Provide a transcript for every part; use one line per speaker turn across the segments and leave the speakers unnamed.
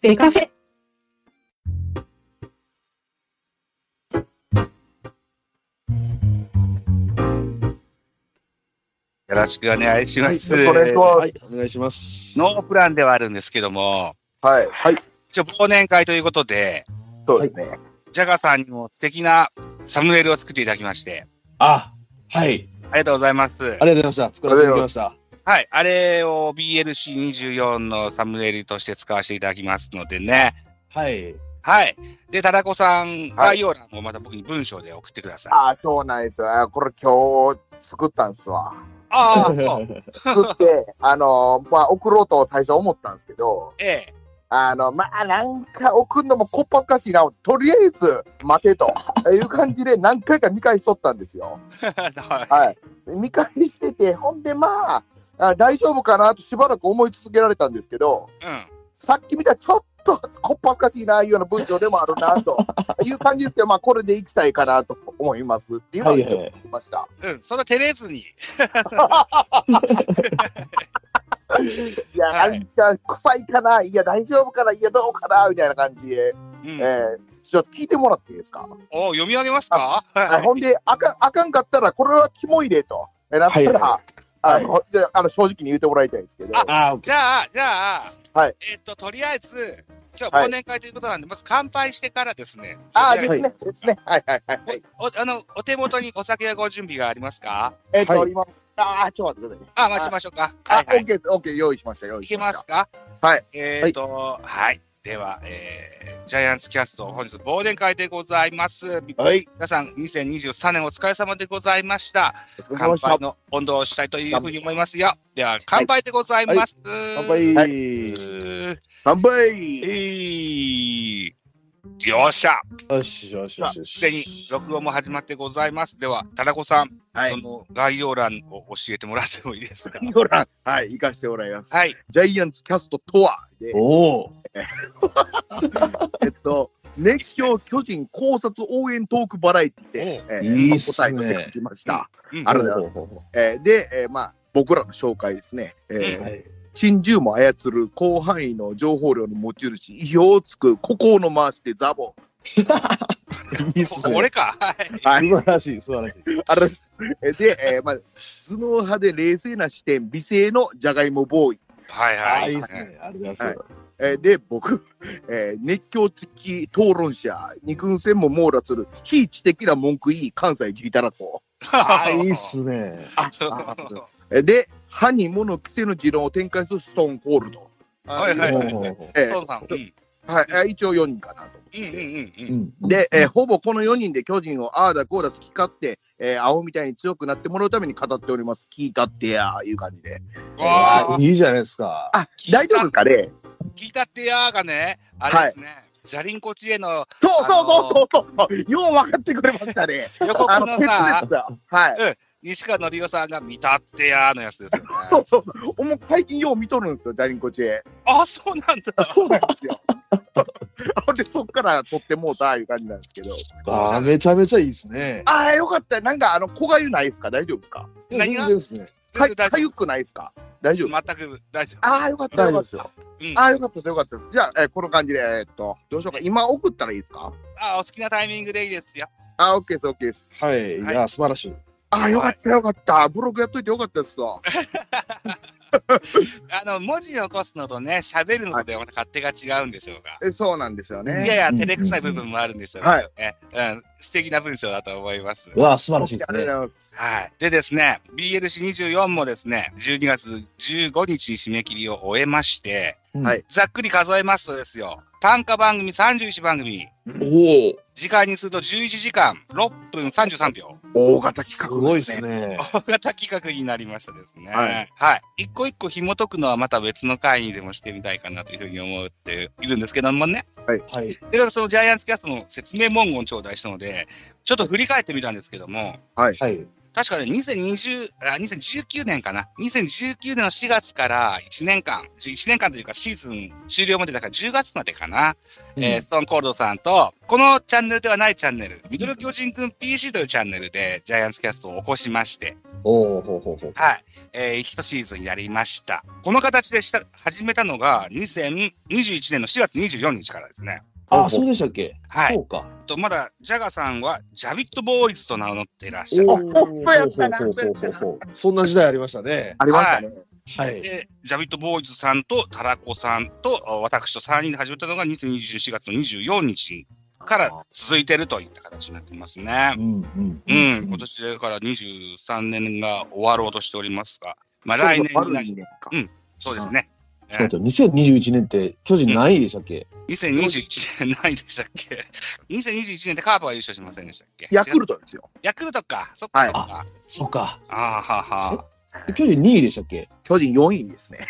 ベカフェ。
よろしくお願いします。
はいお願いしま
はい、お願いします。
ノープランではあるんですけども、
はい。
はい。
一応忘年会ということで、
そうですね。
ジャガさんにも素敵なサムネイルを作っていただきまして、
あ、はい。
ありがとうございます。
ありがとうございました。作らせていただきました。
はい、あれを BLC24 のサムネイルとして使わせていただきますのでね。
はい。
はい。で、タラコさん、
は
概
い
要欄をまた僕に文章で送ってください。
ああ、そうなんですよ。あーこれ今日作ったんす わ。
ああ、そう。
作って、あのーまあ、送ろうと最初思ったんですけど、
え え。
あの、まあ、なんか送るのもこっぱずかしいな、とりあえず待て という感じで何回か見返しとったんですよ。
は
はい。見返してて、ほんでまあ、あ大丈夫かなとしばらく思い続けられたんですけど、
い。うん。
さっき見たちょっとこっぱずかしいないうような文章でもあるな という感じですけど、まあ、これでいきたいかなと思いますっていうのを
はい
言
はい
っ。てました。
うん、そんな照れずに。
いや、
はい
なんか臭いかな、いや、大丈夫かな、いや、どうかな、みたいな感じで、
うん。
えーちょっと聞いてもらっていいですか。
お読み上げますか
あ
はい。
ほんで、あかん、あかんかったら、これはキモいでと、えなったら、
は
あのじゃああの正直に言ってもらいたいんですけど、
あ
あ
じゃあ、じゃあ、
はい
えっと、とりあえず、今日
はい
忘年会ということなんで、まず乾杯してからですね。
あ
と
で
りあえず
すね、ですね、はいはいはいはい。
おあのお手元にお酒はご準備がありますか
えっ、と、
はい
今、あー、ちょっと待ってくださいね。
あ、待ちましょうか。
あ、
はいは
オッ
い。
ケーです、オッケー、用意しました、用意
い
し
けま
ました。
すか
はい。
えっ、と、はい、では、えージャイアンツキャスト、本日忘年会でございます。
あ。はい。
皆さん、2023年お疲れ様でございました。
お疲れ様
乾
でした
杯の温度をしたいというふうに思いますよ。では、乾杯でございます。
乾杯。
は乾
え
杯
いよっしゃ
よしよしよしよし。
すでに録音も始まってございます。では、タラコさん、
はい
その概要欄を教えてもらってもいいです か
概要欄、はい、行かしてもらいます。
はい。
ジャイアンツキャストとは、で
おお。
えっと、熱狂巨人考察応援トークバラエティで、えー
いいっすね
答えとしてきました。
うん
ありがとうございます。えーで、えーまあ、僕らの紹介ですね。えー
はい。
珍獣も操る広範囲の情報量の持ち主、意表をつく孤高の回しでザボ。
いいっすね。
俺か。はい。
はい
素晴らしい、素晴らしい。
あれです。えーで、えーまあ、頭脳派で冷静な視点、美声のジャガイモボーイ。
はい
あ
は
あ、い
い。
いっすね。ありがとうございます。
えーで、僕、えー熱狂的討論者、二軍戦も網羅する、非知的な文句いい関西ジータラコ。
ああ、いいっすね。
あ、ああです。えーで、歯に物着せぬ持論を展開するストーンコールド。
はいはいはい
おー
えー
そうさん。うんうん
はい、えー一応4人かなと。
うんうんう。
うんん。
で、えーほぼこの4人で巨人をああだこうだ好き勝手、えー、青みたいに強くなってもらうために語っております。聞いたってやーいう感じで。
わ
あ
あ
いいじゃないですか。
あ
聞、いた
大丈夫ですかね
聞いたってやーがね、あれですね。じゃりんこちへの
そう
あのー
そうそうそうそう、よう分かってくれましたね。
予告
あの、
の
鉄
さ
で、すよはい。
西川のりおさんが見たってやーのやつですよね。
そうそうそう。おも最近よう見とるんですよ、ジャリンコチェ。
あ、そうなんだ。
そうなんですよ。ほんで、そっから撮ってもうたいう感じなんですけど。
ああ、めちゃめちゃいいっすね。
ああ、よかった。なんか、あの、子がゆないですか大丈夫ですか
何
全
が
然ですね。
か
全然大
か
丈
ゆくないですか大丈夫
夫。全く大丈
ああ、よかった、
大
よかっ
丈夫
た
です。よ。
夫。うん。
ああ、よかったです、よかったです。じゃあ、えーこの感じで、えーっと、どうしようか。今送ったらいいですか
あ、お好きなタイミングでいいですよ。
ああ、OK です、OK です。
はい。いや、素晴らしい。
ああ、よかった、よかった。ブログやっといてよかったですわ。
あの、文字に起こすのとね、喋るのでまた勝手が違うんでしょうが。
えそうなんですよ
うん
ね。
いやいや、照れくさい部分もあるんでしょうけどね。うん。素敵な文章だと思います。
うわあ、素晴らしいです
あり
ね
が。とうございます。
はい。でですね、BLC24 もですね、12月15日に締め切りを終えまして、
うん
はい。
ざっくり数えますとですよ、単価番組31番組、
おお。
時間にすると11時間6分33秒、
大型
す
企
ご
画
い
で
っ
す
す
ね。
ね。
大型企画になりましたですね。
は
はい
い。
一個一個紐解くのはまた別の回にでもしてみたいかなというふうに思っているんですけどもね。
はい。
で、そのジャイアンツキャストの説明文言を頂戴したので、ちょっと振り返ってみたんですけども、
はい。
確かね、2020あ、2019年かな。2019年の4月から1年間、1年間というかシーズン終了までだから10月までかな。えーストーンコールドさんと、このチャンネルではないチャンネル、ミドル巨人くん PC というチャンネルでジャイアンツキャストを起こしまして、
おおほうほうほう。
はい、えー、1シーズンやりました。この形でした始めたのが2021年の4月24日からですね。
あ、そうでしたっけ
はい。
そうか。
と、まだ、ジャガさんは、ジャビットボーイズと名乗っていらっしゃる。
お
ーそうやったな
ほうほうほうほうほうそんな時代ありましたね。
ありましたね。
はい。
で、ジャビットボーイズさんとタラコさんとあ私と3人で始めたのが2024月の24日から続いてるといった形になってますね
う。んうん
うん、今年だから23年が終わろうとしておりますが、まあ
ちょっ
来
と
年にな
悪いね
うんそうですね。
ちょっと待って、2021年って巨人何位でしたっけ
2021年ないでしたっけ ?2021 年ってカープは優勝しませんでしたっけ
ヤクルトですよ。
違うヤクルトか。そっか
はい
そっか。
そうか。
ああはは。
巨人2位でしたっけ
巨人4位ですね。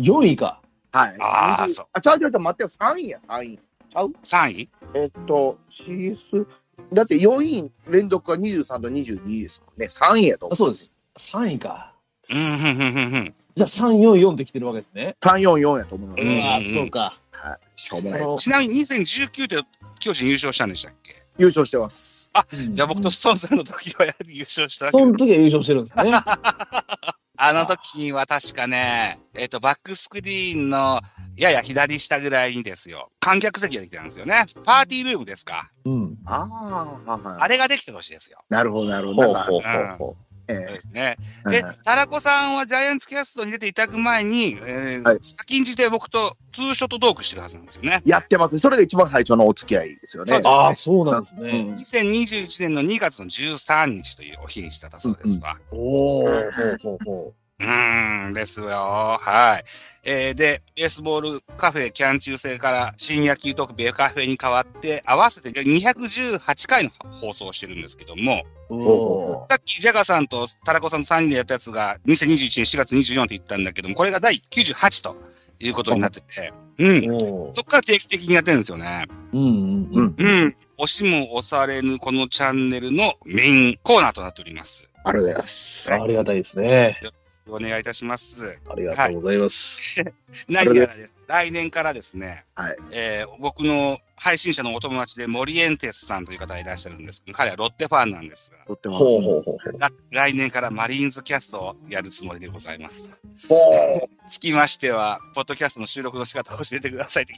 ?4 位か。
はい。
あーそう
あ、ちゃうちゃうちゃう、待ってよ。3位や、3位。
3位
えっと、CS、だって4位連続が23と22ですもんね。3位やと
あ。そうです。3位か。
うん、うん、うん、うんうん。
じゃあ3、4、4ってきてるわけですね。
3、4、4やと思います。
ん
うわ、そうか。
はい。しょうも
あ
ない。
の
ちなみに2019で巨人優勝したんでしたっけ
優勝してます。
じゃあ僕とストーンさんの時は優勝したけ
そ
ど
の時は優勝してるん ですね。
あの時は確かね、えっ、と、バックスクリーンのやや左下ぐらいにですよ、観客席ができたんですよね。パーティールームですか。
うん。
ああ、はい
あれができた年ですよ。
なるほど、なるほ
ほ
ど。
う
なんか、
ほうほうほ
え
そうですね。
ー
で
はいはい、
タラコさんはジャイアンツキャストに出ていただく前に、えー
はい
先んじて僕とツーショットトークしてるはずなんですよね。
やってますね。それが一番最初のお付き合いですよ
そう
ね
う。。ああ、そうなんです
う
ね。
ん
2021年の2月の13日というお日にちだったそうですわ。
おお、ほうほうほ
うーん、ですよ。はい。えーで、ベースボールカフェキャン中制から新野球特別カフェに変わって、合わせて218回の放送をしてるんですけども、
う。おお。
さっきジャガーさんとタラコさんの3人でやったやつが2021年4月24って言ったんだけども、これが第98ということになってて、うん。
おお。
そっから定期的にやってるんですよね。
うんうんうん。
うん。押しも押されぬこのチャンネルのメインコーナーとなっております。
ありがとうございます。
ありがたいですね。
お願いいたします。
ありがとうございます。
何やらです。来年からですね、
はい
えー僕の配信者のお友達でモリエンテスさんという方がいらっしゃるんですけど、彼はロッテファンなんです
とっても
ほうほうほうほう。
が、ら来年からマリーンズキャストをやるつもりでございます。
ほ
つきましては、ポッドキャストの収録の仕方を教えてく ださいと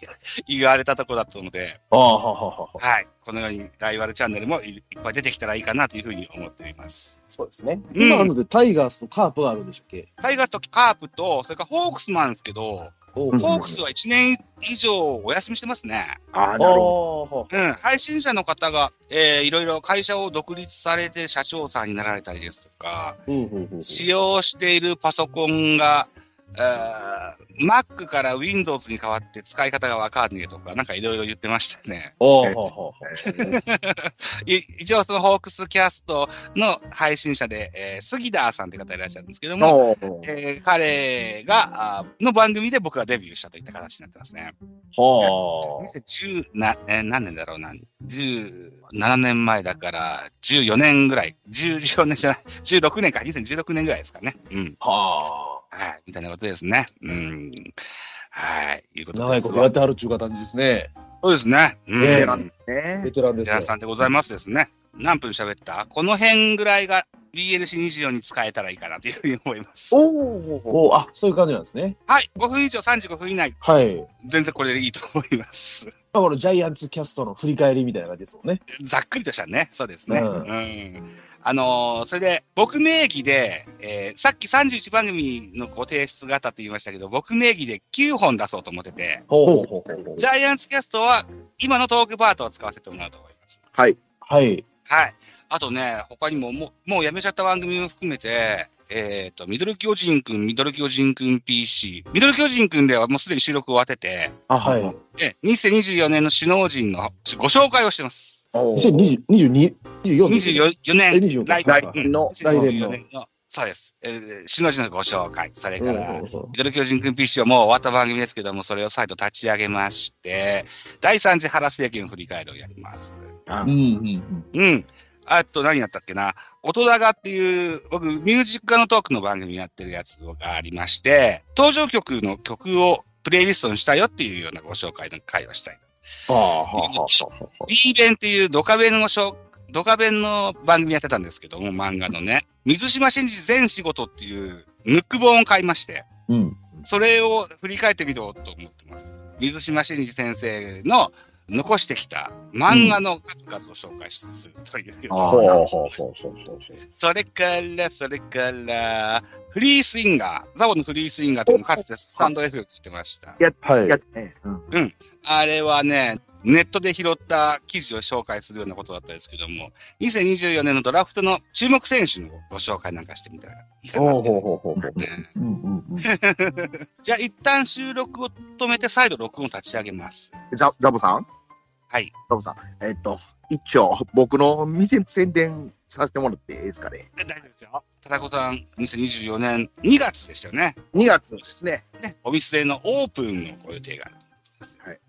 言われたところだったので、
ああ、ははは。
はい、このようにライバルチャンネルもいいっぱい出てきたらいいかなというふうに思っています。
うそうですね。
う
今ある
ん、
のでタイガースとカープがあるんでしたっけ
タイガースとカープと、それからホークスもあるんですけど、
ホ
ホークスは1年以上お休みしてますね。
ああ、
あ
なるほ
あ、
うん、配信者の方が、えーいろいろ会社を独立されて社長さんになられたりですとか、
うんうんうん。
使用しているパソコンが、えー Mac から Windows に変わって使い方がわかんねえとか、なんかいろいろ言ってましたね。
おおほ
ど。えー
い一応そのホークスキャストの配信者で、えー、杉田さんという方いらっしゃるんですけども、
ほうほう
えー彼が、あーの番組で僕がデビューしたといった形になってますね。
ほは
2010な、えー何年だろうな、17年前だから、14年ぐらい、14年じゃない、16年か、2016年ぐらいですかね。うん。
あ。は
はい。みたいなことですね。うん。はい。いうことで
あ。
す
長いことやってはるっちゅう感じですね。
そうですね。うん。
ええ
ベテ
寺
ランですね。
ベテランですよ
田。さんでございますですね。何分喋ったこの辺ぐらいが BLC24 に使えたらいいかなというふうに思います。
おお。
おお、あ、そういう感じなんですね。
はい。5分以上、35分以内、
はい。
全然これでいいと思います。
まあ、このジャイアンツキャストの振り返りみたいな感じですもんね。
ざっくりとしたね。そうですね。う。
うんん
あのーそれで、僕名義で、えーさっき31番組のご提出があったって言いましたけど、僕名義で9本出そうと思ってて、
ほうほうほうほうほう
ジャイアンツキャストは今のトークパートを使わせてもらうと思います。
はい。
はい。あとね、他にももう、もうやめちゃった番組も含めて、えっ、と、ミドル巨人くん、ミドル巨人くん PC、ミドル巨人くんではもうすでに収録を当てて、
あ
はい。。
え、2024年の首脳陣のご紹介をしてます。
おー
2020 24
24年
え、24
来
来
年。
年の。
来年の
2024の。そうです。えー、しのじのご紹介、それ
うん
か
うん
ら、
うん
ミドル巨人くん PC はもう終わった番組ですけども、それを再度立ち上げまして、第3次原政権振り返りをやります。
うんうんうん。
うん。あと何やったっけな、大人がっていう、僕、ミュージックのトークの番組やってるやつがありまして、登場曲の曲をプレイリストにしたよっていうようなご紹介の会話したい。
ああ、はあ、はあ、はあ。
D 弁っていうドカベンの紹ドカベンの番組やってたんですけども、漫画のね、水島真司全仕事っていうムック本を買いまして、
うん。
それを振り返ってみようと思ってます。水島真司先生の残してきた漫画の数々を紹介するという、
ああ、はあ、はあ、はあ、はあ。
それから、それから、フリースインガー、ザボのフリースインガーというのもかつてスタンド F を聞いてました。
はい。
や
は
ってね。
あれはね、ネットで拾った記事を紹介するようなことだったんですけども、2024年のドラフトの注目選手のご紹介なんかしてみたらいいか
あ、はあ、
な
は
っていう。
あ、はあ。うん、うん、うん。
じゃあ一旦収録を止めて再度録音を立ち上げます。
ザザボさん
はい。
ザボさん。えっと、一応、僕の店の宣伝させてもらっていいですかね。
大丈夫ですよ。たらこさん、2024年2月でしたよね。
2月ですね。
ね、お店のオープンのご予定がある。
はい。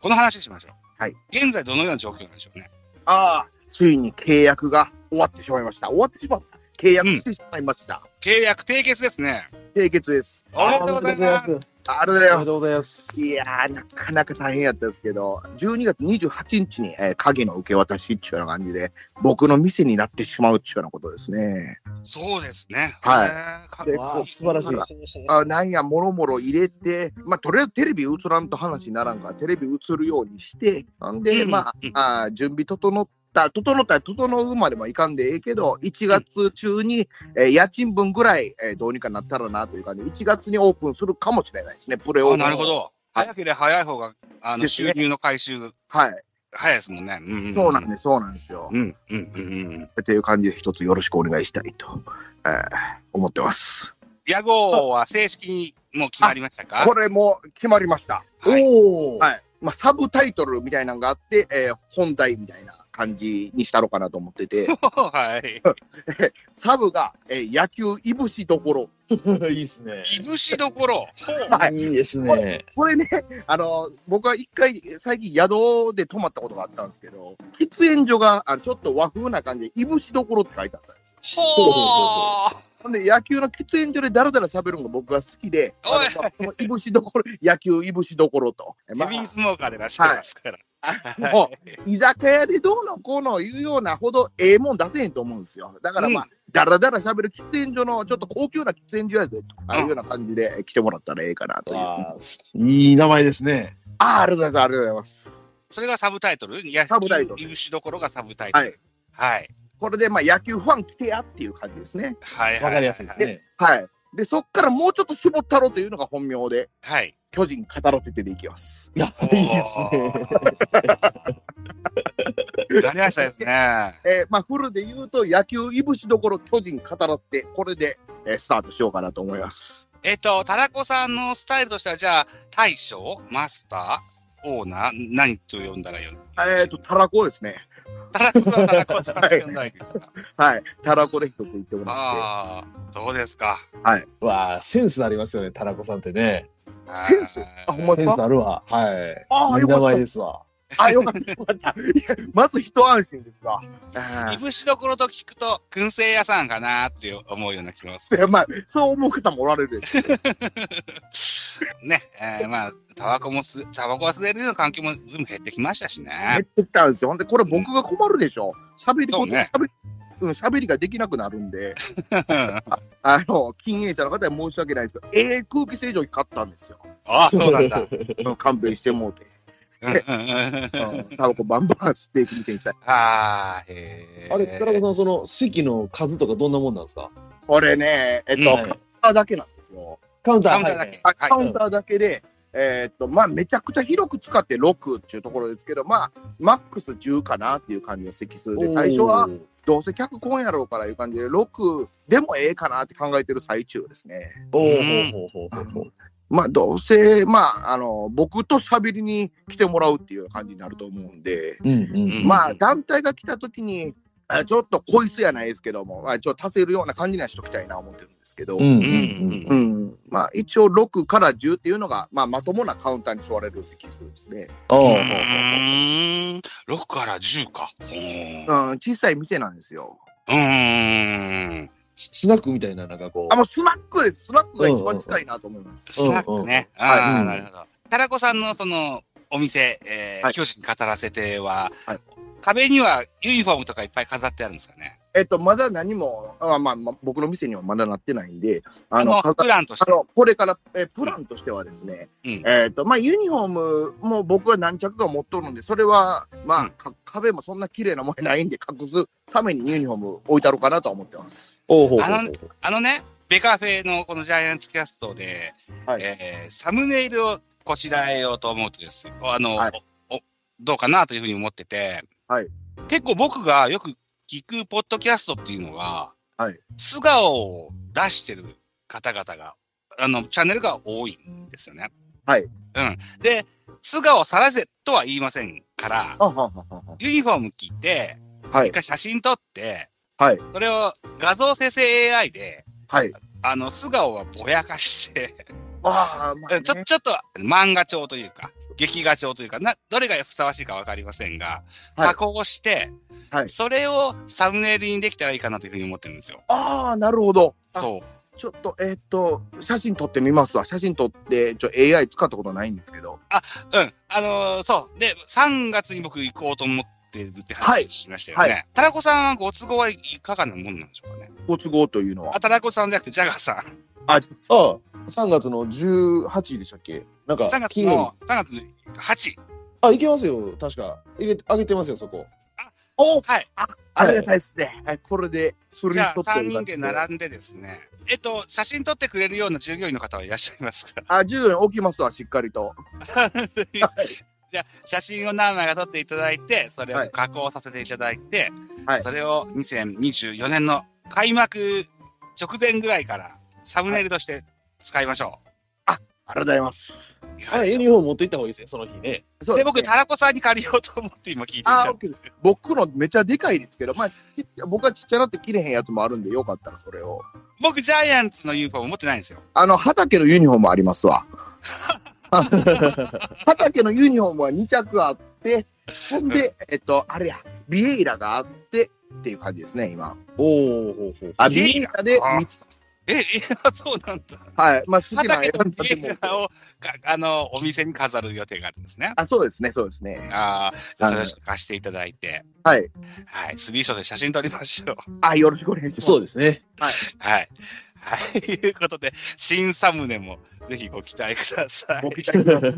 この話しましょう。
はい。
現在どのような状況なんでしょうね。
ああ、ついに契約が終わってしまいました。終わってしまった。契約してしまいました。
契約締結ですね。
締結です。
おめでとうございます。
ありがとうござい
おめ
ま
ですとう。ございます。
いやー、なかなか大変やったんですけど、12月28日に、えー、鍵の受け渡しっていうような感じで、僕の店になってしまうっていうようなことですね。
そうですね。
はい
い。かっ
で
こいい
素晴らしい。
あなんや、もろもろ入れて、まあ、とりあえずテレビ映らんと話にならんから、テレビ映るようにして、なんで、
うん
まあ、あー準備整った、整ったら整うまでもいかんでええけど、1月中に、えー家賃分ぐらい、えーどうにかなったらなという感じで、1月にオープンするかもしれないですね、プレオープ
あな
ン。
るほ。ど。早ければ早い方が、あの、
です
収
ね
入の回収、
はい。
早いですもんね。うん
そうなんです、そうなんですよ。
うん、うん、うん、うん。
っていう感じで一つよろしくお願いしたいと、えー思ってます。
屋号は正式にもう決まりましたか
これも決まりました。
はい。
おお。
はい。まあ、サブタイトルみたいなのがあって、えー本題みたいな感じにしたのかなと思っ てて、
はい。
サブが、えー野球いぶしどころ。
いいですね。
いぶしどころ。ほう。
はい
いいですね。
これね、あの僕は一回、最近宿で泊まったことがあったんですけど、喫煙所があのちょっと和風な感じで、いぶしどころって書いてあったんですよ。
ほう。
ほんで、野球の喫煙所でだらだら喋るのが僕が好きで、あのまあこのいぶしどころ、野球いぶしどころと。ま
ヘ
あ
ビースモーカーでいらっしゃいますから。
もう居酒屋でどうのこうの言うようなほどええもん出せへんと思うんですよ。だからまあ、
う
だらだらしゃべる喫煙所のちょっと高級な喫煙所やぜとああいうような感じで来てもらったらええかなという。あ
わあいい名前ですね。
あ、ありがとうございます。ありがとうございます。
それがサブタイトル
サブタイトル
いぶしどころがサブタイトル。はい。
これでまあ野球ファン来てやっていう感じですね。
はい。
わかりやすいですね。
はい。で、そっからもうちょっと絞ったろうというのが本名で、
はい。
巨人語らせてでいきます。
いや、
おー
いいですね。
なりましたですね。
えーまあフルで言うと野球いぶしどころ巨人語らせて、これで、えースタートしようかなと思います。
えっと、タラコさんのスタイルとしては、じゃあ、大将、マスター、オーナー、何と呼んだらよい
えっ、と、たらこですね。
タラコさん、タラコさんと呼んだらいいですか。
はい。たらこで一つ言ってもらっ
ああ、どうですか。
わあ、センスありますよね、タラコさんってね。
センス
はい
あほんま
センスあるわ。はい。
あー
いい
よかった
名前ですわ。
て。あ、よかった、よかった。いやまず一安心ですわ。
いぶしどころと聞くと、燻製屋さんかなって思うような気がする。
いやまあ、そう思う方もおられるでしょうけど
ね、えー、まあ、タバコもす、タバコ忘れるような環境もずいぶん減ってきましたし
減っ
ね。
てきたんですよ。ほんで、これ僕が困るでしょ。喋りこ
そう
と、
ね
喋り、うん、喋りができなくなるんで、あの、禁煙者の方に申し訳ないですけど、ええ空気清浄機買ったんですよ。
ああ、そうなんだ。
うん勘弁してもうて。うんタバコバンバン吸っていく店にしたい。
ああ、へえ。
あれ、タラコさん、その席の数とかどんなもんなんですか
これね、えっと、
はい
カウンターだけなんですよ。
カウンター。
カウンターだけ。
あ
はい
カウンターだけで、えーっと、まあ、めちゃくちゃ広く使って6っていうところですけど、まあ、マックス10かなっていう感じの席数
はい
で、最初は
おー
どうせ客来んやろうからいう感じで、6でもええかなって考えてる最中ですね。
おーほうほうほうほうほう。
まあ、どうせ、まあ、あの、僕と喋りに来てもらうっていう感じになると思うんで、
うんうん
うん
まあ、団体が来た時に、あちょっとこいつやないですけども、まあ、ちょっと足せるような感じにはしときたいな思ってるんですけど、
うん
う
う
ん
ん
う。ん、まあ一応6から10っていうのが、まあ、まともなカウンターに座れる席数ですね。
おーほうほうほう
6 6から10か。うーん。う
うん、小さい店なんですよ。
ーん。
ススナックみたいな、なんかこ
あ、もうスナックです。スナックが一番近いなと思います。
スナックね。
んうん
ああ、
はい
なるほど。タラコさんのそのお店、えー
はい
教師に語らせては、
はい
壁にはユニフォームとかいっぱい飾ってあるんですかね。
えっと、まだ何も、あまあ、まあ、僕の店にはまだなってないんで、
あ
あ
の、
の、
プランとし
あ
て。
のこれから、えープランとしてはですね、
うん
えっ、と、まあ、ユニフォームも僕は何着か持っとるんで、それは、まあ、
うん
か壁もそんな綺麗なもんやないんで、隠すためにユニフォーム置いたろうかなとは思ってます。
おうほうほうほう
あのあのね、ベカフェのこのジャイアンツキャストで、
はい
えーサムネイルをこしらえようと思うとですよあの、
はい
おおどうかなというふうに思ってて、
はい
結構僕がよく聞くポッドキャストっていうのが、
はい
素顔を出してる方々が、あの、チャンネルが多いんですよね。
はい
うん。で、素顔をさらせとは言いませんから、
はははは
ユニフォーム着て、
はい
一回写真撮って、
はい
それを画像生成 AI で、
はい。
あの、素顔はぼやかして、
ああ、まあ、ね、
ちょちょっと漫画調というか、劇画調というか、などれがふさわしいかわかりませんが、
はい
加工をして、
はい
それをサムネイルにできたらいいかなというふうに思ってるんですよ。
ああ、なるほど。う。
そう。
ちょっと、えっ、と、写真撮ってみますわ。写真撮って、ちょ、AI 使ったことないんですけど。
うん。あのーそう。で、3月に僕行こうと思ってるって
はい
話しましたよね。
は
タラコさんはご都合はいかがなもんなんでしょうかね。
ご都合というのは
あ、。タラコさんじゃなくて、ジャガーさん。
あ、
ああ、3月の18でしたっけなんか
3月
金曜
の、3月の8。
日。あ、いけますよ、確か。入れて、あげてますよ、そこ。
お
はい。
ありがたいですね。はい、これで、それ
じ
に
ゃあ、
撮って
3
る
人で並んでですね。えっと、写真撮ってくれるような従業員の方はいらっしゃいますか
あ、10円置きますわ、しっかりと。
じゃあ写真を何枚か撮っていただいて、それを加工させていただいて、
はい
それを2024年の開幕直前ぐらいからサムネイルとして使いましょ
ありがとうございます。
う。いか
あ
が
れ、
でし
ユ
ょう
ニフォーム持って行った方がいいですね、その
そ
日ね。
う
で、
ですね
僕、タラコさんに借りようと思って今聞いてみたんですよ。
僕のめちゃでかいですけど、まあ、ちっ僕はちっちゃなって切れへんやつもあるんで、よかったらそれを。
僕、ジャイアンツの UFO 持ってないんですよ。
あの、畑のユニフォームありますわ。畑のユニフォームは2着あって、ほんで、えっと、あれや、ビエイラがあってっていう感じですね、今。
おおほうほう。
あ、
ビ
ビ
エ
エ
イ
イ
ラ
ラで
あ
三つ
え、いや、そうなんだ。
はい。まあ、好きな
畑
選
と
んだ
ビ
と
エ
思う
イラをかあのお店に飾る予定があるんですね。
あ、そうですね、そうですね。
ああ、じゃあそれ
あ
を貸していただいて、
はい。
はい、スリーショットで写真撮りましょう。
あ、よろしくお願いします。
そうです ね。
はい。はい。 ということで、新サムネもぜひご期待ください。
ご期待ください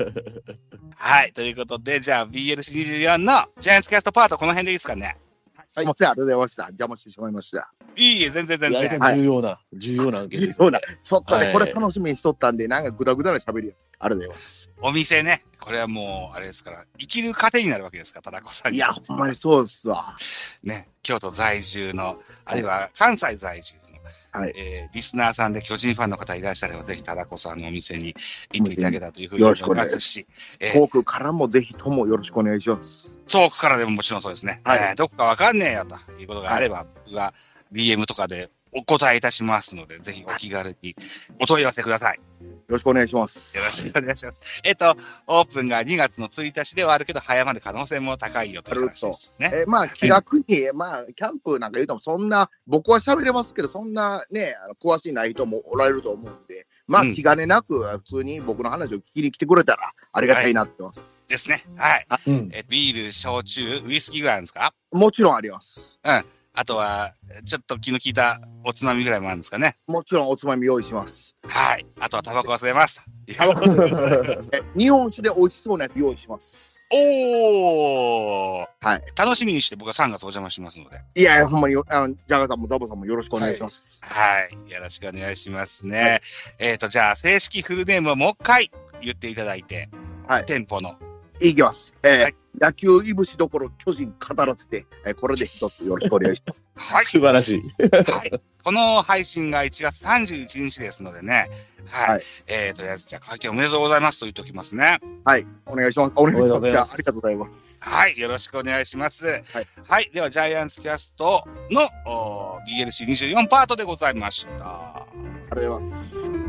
はい。ということで、じゃあ BLC24 のジャイアンツキャストパート、この辺でいいですかね。
すいません、ありがとうございました。邪魔してしまいました。
いいえ、全然全
いやあれ
然。
も重要な、重要な案件
重
です。
要な。ちょっとね、
はい
これ楽しみにしとったんで、なんかぐだぐだな喋りや。ありがとうございます。
お店ね、これはもう、あれですから、生きる糧になるわけですから、田中さん
い
に。
や、ほんまにそうっすわ。
ね、京都在住の、あるいは関西在住の、
はい
えーリスナーさんで巨人ファンの方いらっしゃれば、ぜひ田中さんのお店に行っていただけたらというふうに
よ
思
ろしく
い
お願
ま
いし
す
ます
し、えー
航空からもぜひともよろしくお願いします。
遠くからでももちろんそうですね。
はい
えーどこかわかんねえよということがあれば、僕が DM とかでお答えいたしますので、ぜひお気軽にお問い合わせください。
よろしくお願いします。
よろしくお願いします。えっと、オープンが2月の1日ではあるけど、早まる可能性も高いよという話ですね。
えまあ気楽に、まあキャンプなんか言うともそんな僕は喋れますけどそんなねあの詳しいない人もおられると思うんでまあ
うん
気兼ねなく普通に僕の話を聞きに来てくれたらありがたいなってます、
ですね。はい。
うん。
えビール、焼酎、ウイスキーぐらいなんですか
もちろんあります
あとは、ちょっと気の利いたおつまみぐらいもあるんですかね。
もちろんおつまみ用意します
はい。あとはタバコ忘れます。
え日本酒で美味しそうなやつ用意します
おー
はい
楽しみにして僕は3月お邪魔しますので。
いやいやほんまによあのジャガーさんもザボさんもよろしくお願いします、
はい。よろしくお願いしますね。えっ、と、じゃあ、正式フルネームをもう一回言っていただいて、
はい
店 舗の。
い、きます、えー
はい
野球いぶしどころ巨人語らせて、えーこれで一つよろしくお願いします
はい。
素晴らしい。
はい。この配信が1月31日ですのでね。はい。
はい
えー、とりあえず、じゃあ、会見おめでとうございますと言っておきますね。
はいお願いしますお願い
おめで
し
とう
ま
ご
すじゃあ
ざいます
ありがとうございます
はい。よろしくお願いします。はい
い。
では、ジャイアンツキャストのおー BLC24 パートでございました。
ありがとうございます。